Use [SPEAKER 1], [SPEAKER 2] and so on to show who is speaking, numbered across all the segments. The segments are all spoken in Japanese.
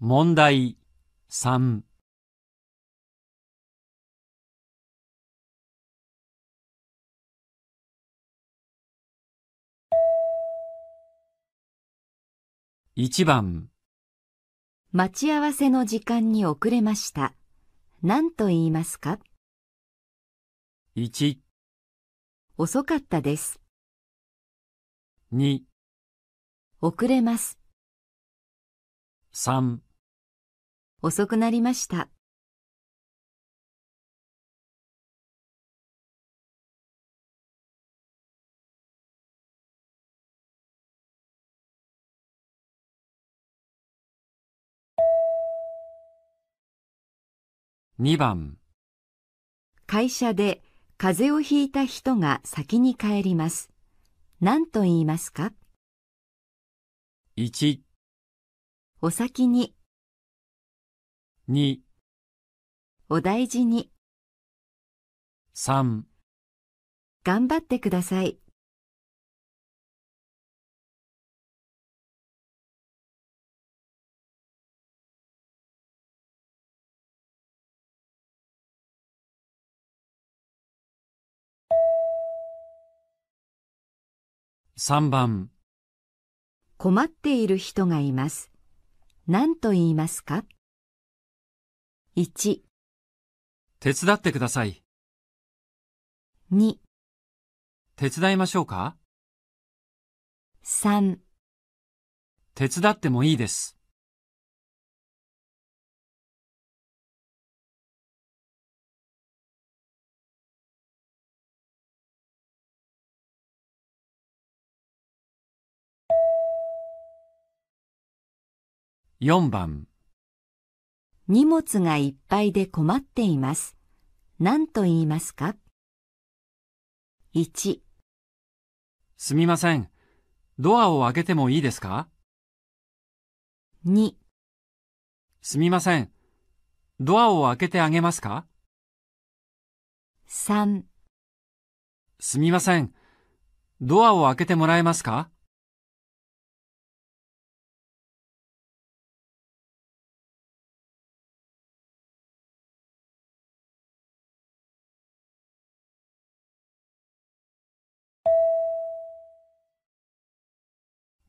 [SPEAKER 1] 問題3一番
[SPEAKER 2] 待ち合わせの時間に遅れました。何と言いますか
[SPEAKER 1] 一
[SPEAKER 2] 遅かったです。
[SPEAKER 1] 二
[SPEAKER 2] 遅れます。
[SPEAKER 1] 三
[SPEAKER 2] 遅くなりました。
[SPEAKER 1] 二番
[SPEAKER 2] 会社で風邪をひいた人が先に帰ります。何と言いますか
[SPEAKER 1] 一
[SPEAKER 2] お先に、
[SPEAKER 1] 二
[SPEAKER 2] お大事に、
[SPEAKER 1] 三
[SPEAKER 2] 頑張ってください。
[SPEAKER 1] 三番
[SPEAKER 2] 困っている人がいます。何と言いますか ?1、
[SPEAKER 1] 手伝ってください
[SPEAKER 2] 2、
[SPEAKER 1] 手伝いましょうか
[SPEAKER 2] 3。
[SPEAKER 1] 手伝ってもいいです4番
[SPEAKER 2] 荷物がいっぱいで困っています。何と言いますか ?1、
[SPEAKER 1] すみませんドアを開けてもいいですか
[SPEAKER 2] 2、
[SPEAKER 1] すみませんドアを開けてあげますか
[SPEAKER 2] 3。
[SPEAKER 1] すみませんドアを開けてもらえますか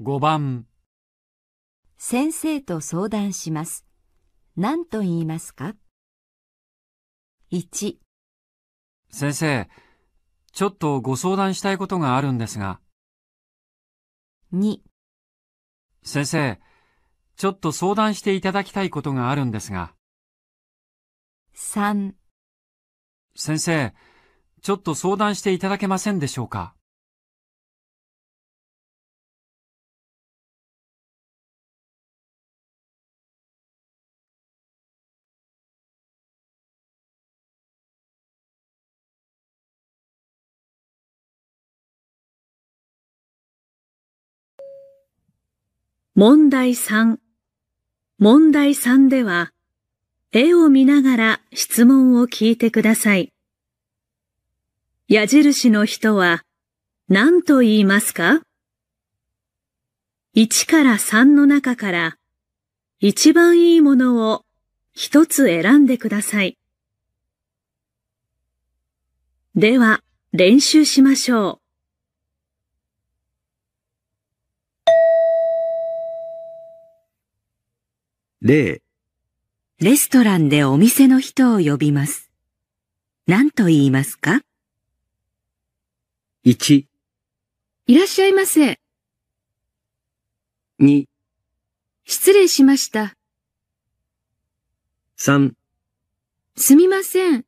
[SPEAKER 1] 5番
[SPEAKER 2] 先生と相談します。何と言いますか ?1、
[SPEAKER 1] 先生ちょっとご相談したいことがあるんですが
[SPEAKER 2] 2、
[SPEAKER 1] 先生ちょっと相談していただきたいことがあるんですが
[SPEAKER 2] 3。
[SPEAKER 1] 先生、ちょっと相談していただけませんでしょうか。
[SPEAKER 3] 問題3。問題3では、絵を見ながら質問を聞いてください。矢印の人は何と言いますか ?1 から3の中から一番いいものを一つ選んでください。では、練習しましょう。
[SPEAKER 4] 0、
[SPEAKER 2] レストランでお店の人を呼びます。何と言いますか
[SPEAKER 4] 1、
[SPEAKER 2] いらっしゃいませ。
[SPEAKER 4] 2、
[SPEAKER 2] 失礼しました。
[SPEAKER 4] 3、
[SPEAKER 2] すみません。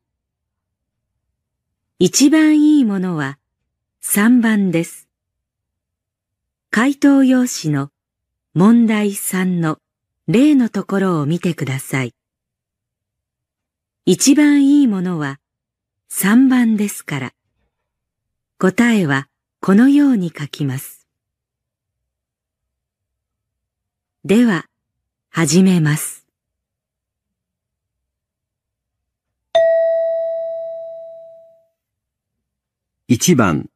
[SPEAKER 2] 一番いいものは3番です。回答用紙の問題3の例のところを見てください。一番いいものは3番ですから。答えはこのように書きます。では、始めます。
[SPEAKER 4] 1番、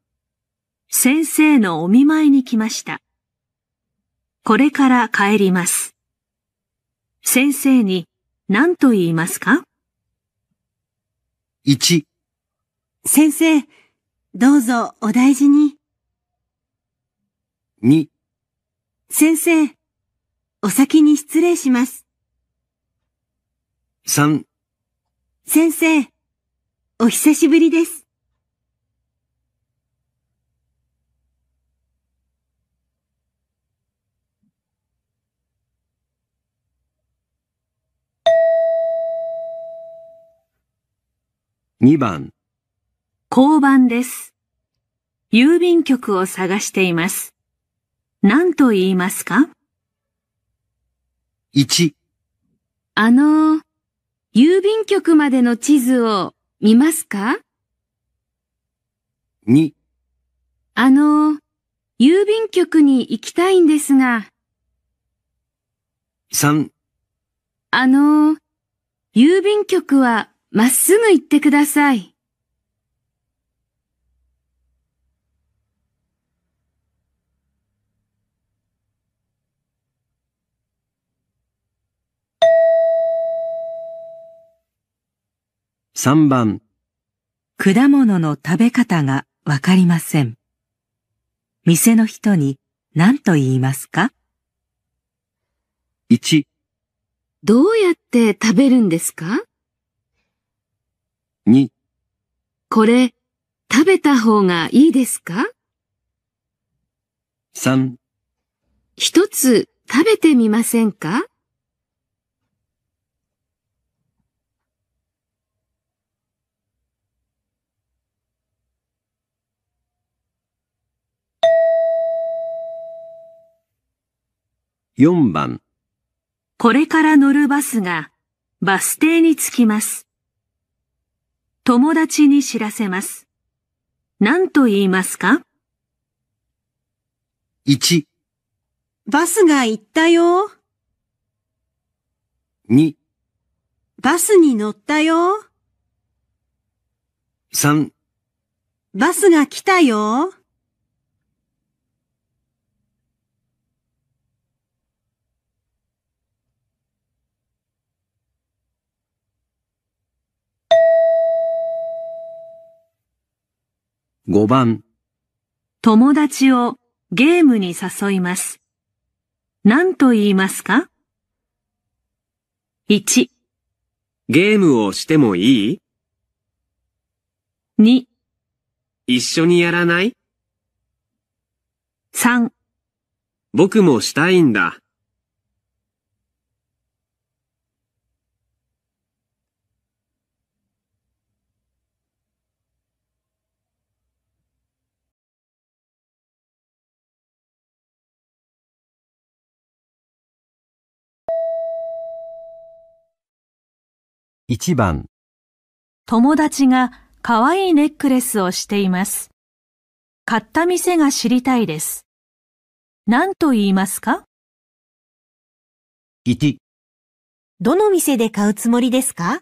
[SPEAKER 3] 先生のお見舞いに来ました。これから帰ります。先生に何と言いますか
[SPEAKER 4] 1、
[SPEAKER 5] 先生、どうぞお大事に。
[SPEAKER 4] 2、
[SPEAKER 5] 先生、お先に失礼します。
[SPEAKER 4] 3、
[SPEAKER 5] 先生、お久しぶりです。
[SPEAKER 4] 2番、
[SPEAKER 3] 交番です。郵便局を探しています。何と言いますか
[SPEAKER 4] 1、
[SPEAKER 6] あの、郵便局までの地図を見ますか
[SPEAKER 4] 2、
[SPEAKER 6] あの、郵便局に行きたいんですが、
[SPEAKER 4] 3、
[SPEAKER 6] あの、郵便局はまっすぐ行ってください。
[SPEAKER 4] 3番、
[SPEAKER 5] 果物の食べ方がわかりません。店の人に何と言いますか
[SPEAKER 4] 1、
[SPEAKER 6] どうやって食べるんですか
[SPEAKER 4] 2、
[SPEAKER 6] これ、食べた方がいいですか
[SPEAKER 4] 3、
[SPEAKER 6] 一つ食べてみませんか
[SPEAKER 4] 4番、
[SPEAKER 3] これから乗るバスがバス停に着きます。友達に知らせます。何と言いますか
[SPEAKER 4] 1、
[SPEAKER 7] バスが行ったよ。
[SPEAKER 4] 2、
[SPEAKER 7] バスに乗ったよ。
[SPEAKER 4] 3、
[SPEAKER 7] バスが来たよ。
[SPEAKER 4] 5番、
[SPEAKER 3] 友達をゲームに誘います。何と言いますか ?1、
[SPEAKER 8] ゲームをしてもいい
[SPEAKER 3] 2、
[SPEAKER 8] 一緒にやらない
[SPEAKER 3] 3。
[SPEAKER 8] 僕もしたいんだ。
[SPEAKER 4] 1番、
[SPEAKER 3] 友達が可愛いネックレスをしています。買った店が知りたいです。何と言いますか
[SPEAKER 4] 1、
[SPEAKER 2] どの店で買うつもりですか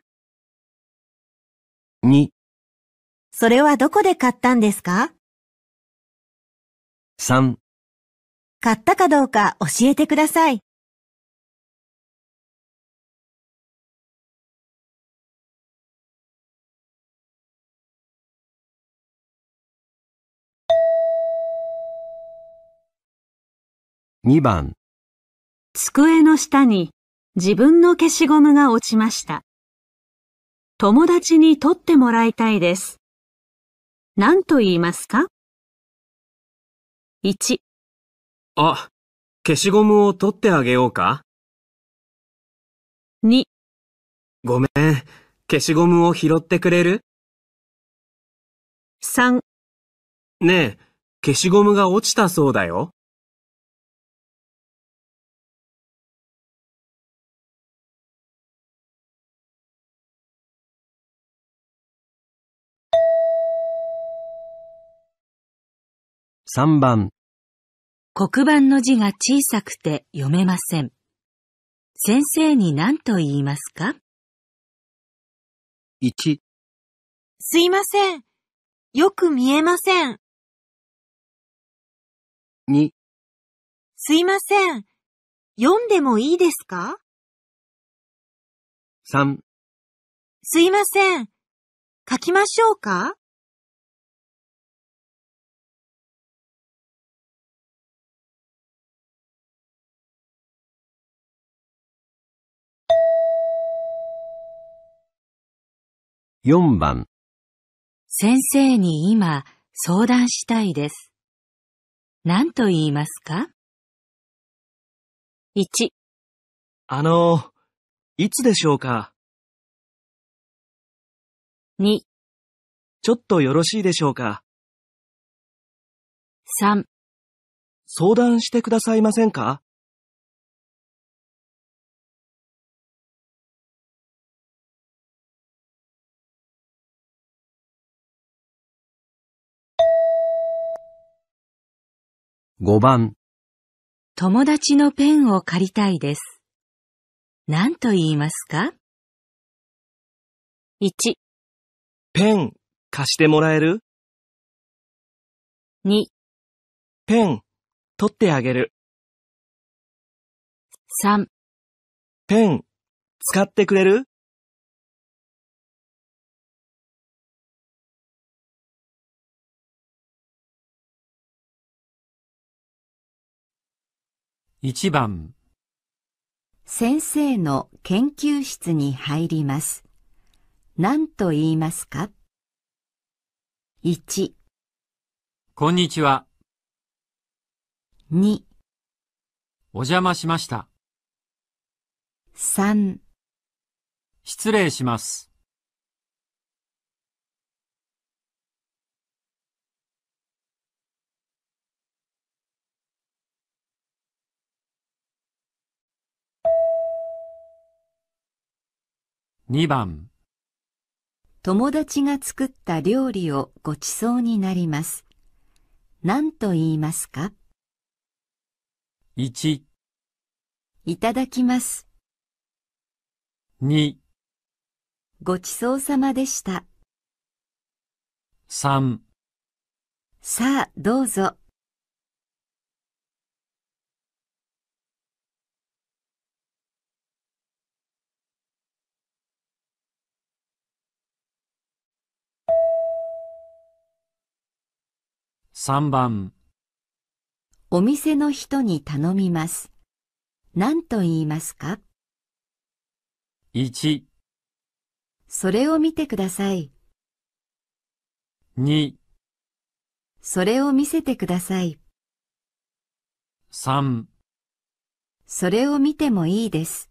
[SPEAKER 4] 2、
[SPEAKER 2] それはどこで買ったんですか
[SPEAKER 4] 3、
[SPEAKER 2] 買ったかどうか教えてください。
[SPEAKER 4] 2番、
[SPEAKER 3] 机の下に自分の消しゴムが落ちました。友達に取ってもらいたいです。何と言いますか ?1、
[SPEAKER 8] あ、消しゴムを取ってあげようか
[SPEAKER 3] 2、
[SPEAKER 8] ごめん、消しゴムを拾ってくれる
[SPEAKER 3] 3。
[SPEAKER 8] ねえ、消しゴムが落ちたそうだよ。
[SPEAKER 4] 3番、
[SPEAKER 5] 黒板の字が小さくて読めません。先生に何と言いますか
[SPEAKER 4] 1、
[SPEAKER 2] すいません。
[SPEAKER 7] よく見えません。
[SPEAKER 4] 2、
[SPEAKER 7] すいません。読んでもいいですか
[SPEAKER 4] 3、
[SPEAKER 7] すいません。書きましょうか
[SPEAKER 4] 4番、
[SPEAKER 5] 先生に今相談したいです。何と言いますか ?1、
[SPEAKER 8] あの、いつでしょうか
[SPEAKER 5] 2、
[SPEAKER 8] ちょっとよろしいでしょうか
[SPEAKER 5] 3。
[SPEAKER 8] 相談してくださいませんか
[SPEAKER 4] 5番、
[SPEAKER 5] 友達のペンを借りたいです。何と言いますか ?1、
[SPEAKER 8] ペン、貸してもらえる
[SPEAKER 5] 2、
[SPEAKER 8] ペン、取ってあげる。
[SPEAKER 5] 3。
[SPEAKER 8] ペン、使ってくれる
[SPEAKER 1] 1番、
[SPEAKER 2] 先生の研究室に入ります。何と言いますか ?1、
[SPEAKER 1] こんにちは。
[SPEAKER 2] 2、
[SPEAKER 1] お邪魔しました。
[SPEAKER 2] 3
[SPEAKER 1] 失礼します。2番、
[SPEAKER 2] 友達が作った料理をごちそうになります。何と言いますか
[SPEAKER 1] 1、
[SPEAKER 2] いただきます。
[SPEAKER 1] 2、
[SPEAKER 2] ごちそうさまでした。
[SPEAKER 1] 3。
[SPEAKER 2] さあ、どうぞ。
[SPEAKER 1] 3番、
[SPEAKER 2] お店の人に頼みます。何と言いますか
[SPEAKER 1] 1、
[SPEAKER 2] それを見てください。
[SPEAKER 1] 2、
[SPEAKER 2] それを見せてください。
[SPEAKER 1] 3。
[SPEAKER 2] それを見てもいいです。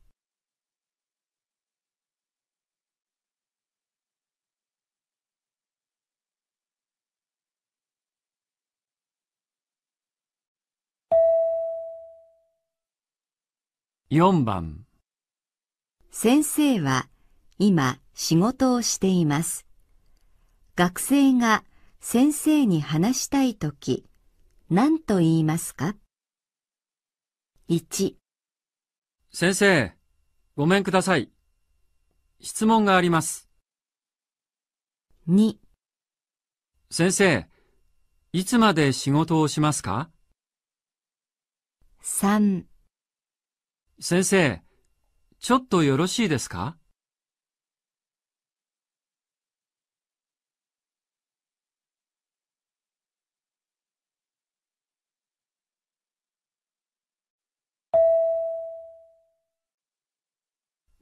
[SPEAKER 1] 4番、
[SPEAKER 2] 先生は今仕事をしています。学生が先生に話したいとき、何と言いますか ?1、
[SPEAKER 1] 先生、ごめんください。質問があります。
[SPEAKER 2] 2、
[SPEAKER 1] 先生、いつまで仕事をしますか
[SPEAKER 2] 3。
[SPEAKER 1] 先生、ちょっとよろしいですか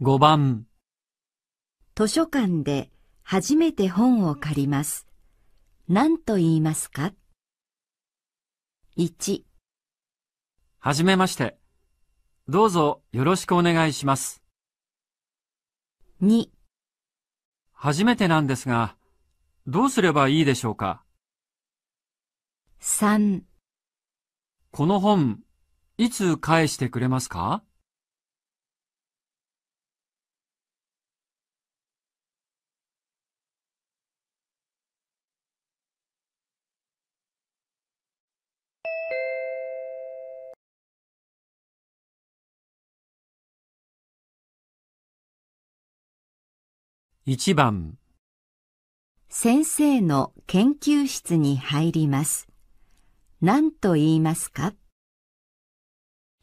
[SPEAKER 1] 5番、
[SPEAKER 2] 図書館で初めて本を借ります。何と言いますか ?1、
[SPEAKER 1] はじめまして。どうぞよろしくお願いします。
[SPEAKER 2] 2、
[SPEAKER 1] 初めてなんですが、どうすればいいでしょうか
[SPEAKER 2] 3。
[SPEAKER 1] この本、いつ返してくれますか1番、
[SPEAKER 2] 先生の研究室に入ります。何と言いますか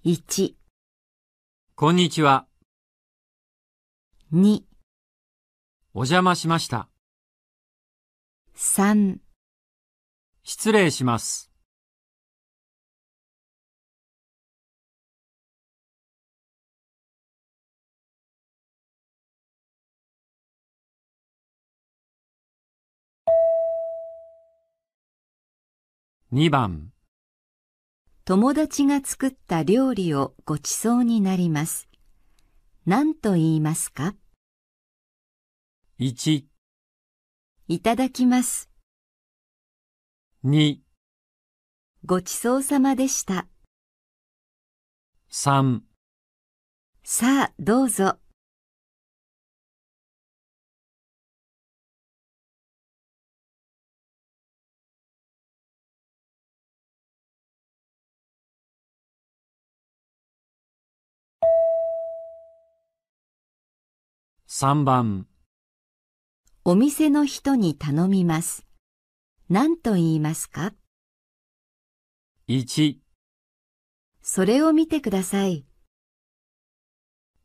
[SPEAKER 2] ?1、
[SPEAKER 1] こんにちは。
[SPEAKER 2] 2、
[SPEAKER 1] お邪魔しました。
[SPEAKER 2] 3
[SPEAKER 1] 失礼します。2番、
[SPEAKER 2] 友達が作った料理をごちそうになります。何と言いますか
[SPEAKER 1] 1、
[SPEAKER 2] いただきます。
[SPEAKER 1] 2、
[SPEAKER 2] ごちそうさまでした。
[SPEAKER 1] 3。
[SPEAKER 2] さあ、どうぞ。
[SPEAKER 1] 3番、
[SPEAKER 2] お店の人に頼みます。何と言いますか
[SPEAKER 1] 1、
[SPEAKER 2] それを見てください。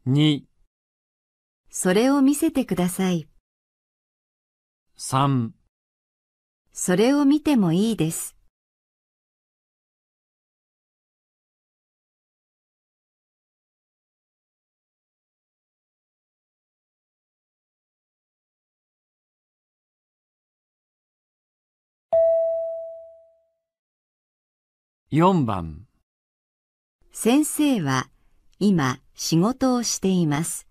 [SPEAKER 1] 2、
[SPEAKER 2] それを見せてください。
[SPEAKER 1] 3。
[SPEAKER 2] それを見てもいいです。
[SPEAKER 1] 4番、
[SPEAKER 2] 先生は今仕事をしています。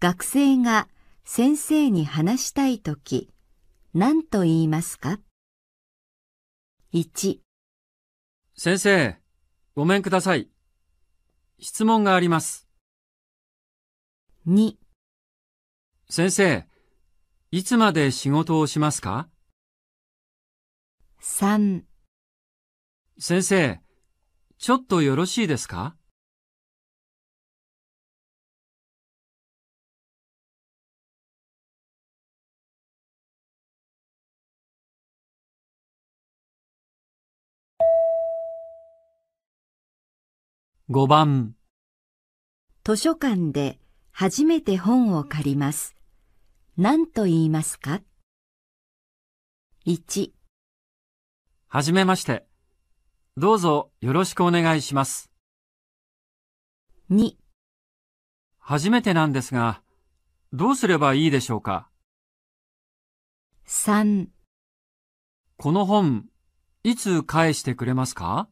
[SPEAKER 2] 学生が先生に話したいとき何と言いますか ?1、
[SPEAKER 1] 先生、ごめんください。質問があります。
[SPEAKER 2] 2、
[SPEAKER 1] 先生、いつまで仕事をしますか
[SPEAKER 2] 3
[SPEAKER 1] 先生、ちょっとよろしいですか5番、
[SPEAKER 2] 図書館で初めて本を借ります。何と言いますか ?1、
[SPEAKER 1] はじめまして。どうぞよろしくお願いします。
[SPEAKER 2] 2、
[SPEAKER 1] 初めてなんですが、どうすればいいでしょうか
[SPEAKER 2] 3
[SPEAKER 1] この本、いつ返してくれますか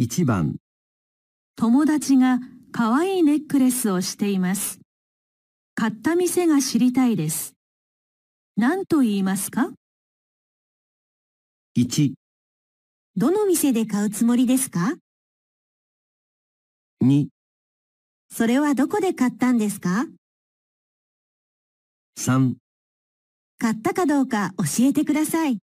[SPEAKER 4] 1番、
[SPEAKER 3] 友達が可愛いネックレスをしています。買った店が知りたいです。何と言いますか
[SPEAKER 4] 1、
[SPEAKER 3] どの店で買うつもりですか
[SPEAKER 4] 2、
[SPEAKER 3] それはどこで買ったんですか
[SPEAKER 4] 3、
[SPEAKER 3] 買ったかどうか教えてください。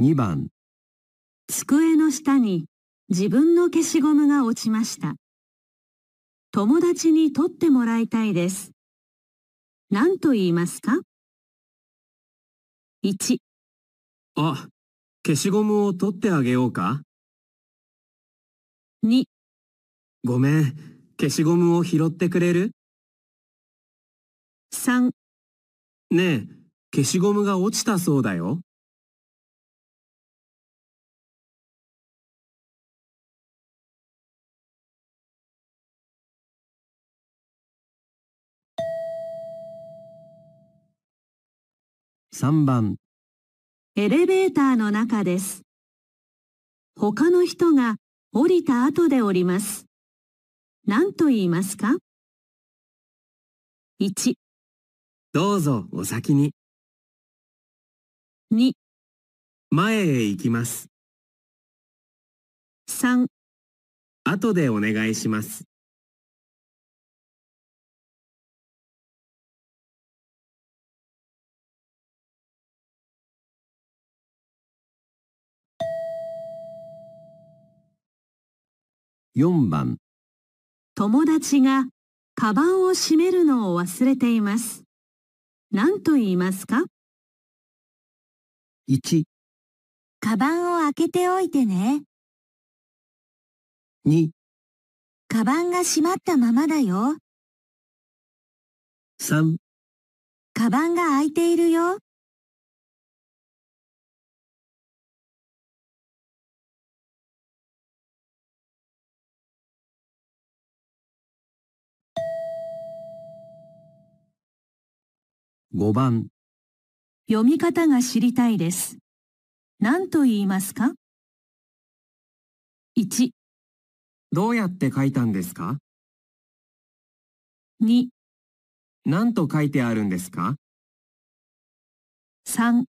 [SPEAKER 4] 2番、
[SPEAKER 3] 机の下に自分の消しゴムが落ちました。友達に取ってもらいたいです。何と言いますか ?1、
[SPEAKER 8] あ、消しゴムを取ってあげようか
[SPEAKER 3] 2、
[SPEAKER 8] ごめん、消しゴムを拾ってくれる
[SPEAKER 3] 3、
[SPEAKER 8] ねえ、消しゴムが落ちたそうだよ。
[SPEAKER 4] 3番、
[SPEAKER 3] エレベーターの中です。他の人が降りた後で降ります。何と言いますか ?1、
[SPEAKER 8] どうぞお先に。
[SPEAKER 3] 2、
[SPEAKER 8] 前へ行きます。
[SPEAKER 3] 3、
[SPEAKER 8] 後でお願いします。4番、
[SPEAKER 3] 友達がカバンを閉めるのを忘れています。何と言いますか
[SPEAKER 8] 1、
[SPEAKER 3] カバンを開けておいてね。
[SPEAKER 8] 2、
[SPEAKER 3] カバンが閉まったままだよ。
[SPEAKER 8] 3、
[SPEAKER 3] カバンが開いているよ。
[SPEAKER 8] 5番、
[SPEAKER 3] 読み方が知りたいです。何と言いますか ?1、
[SPEAKER 8] どうやって書いたんですか
[SPEAKER 3] 2、
[SPEAKER 8] 何と書いてあるんですか
[SPEAKER 3] 3。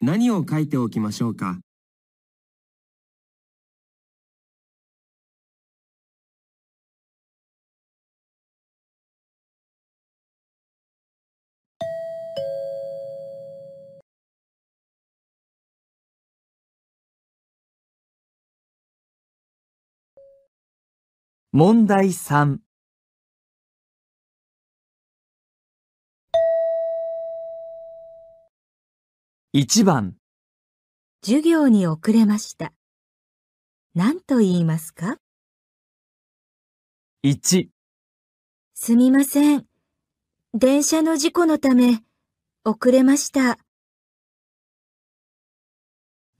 [SPEAKER 8] 何を書いておきましょうか
[SPEAKER 9] 問題3、1番、
[SPEAKER 2] 授業に遅れました。何と言いますか
[SPEAKER 9] 1、
[SPEAKER 2] すみません。電車の事故のため、遅れました。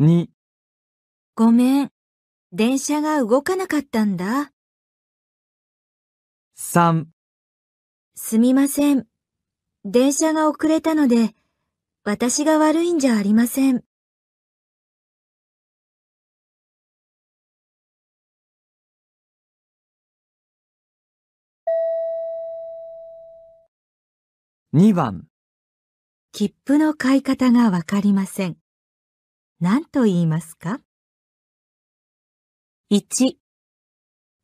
[SPEAKER 9] 2、
[SPEAKER 2] ごめん。電車が動かなかったんだ。
[SPEAKER 9] 3、
[SPEAKER 2] すみません。電車が遅れたので、私が悪いんじゃありません。
[SPEAKER 9] 2番、
[SPEAKER 2] 切符の買い方がわかりません。何と言いますか ?1、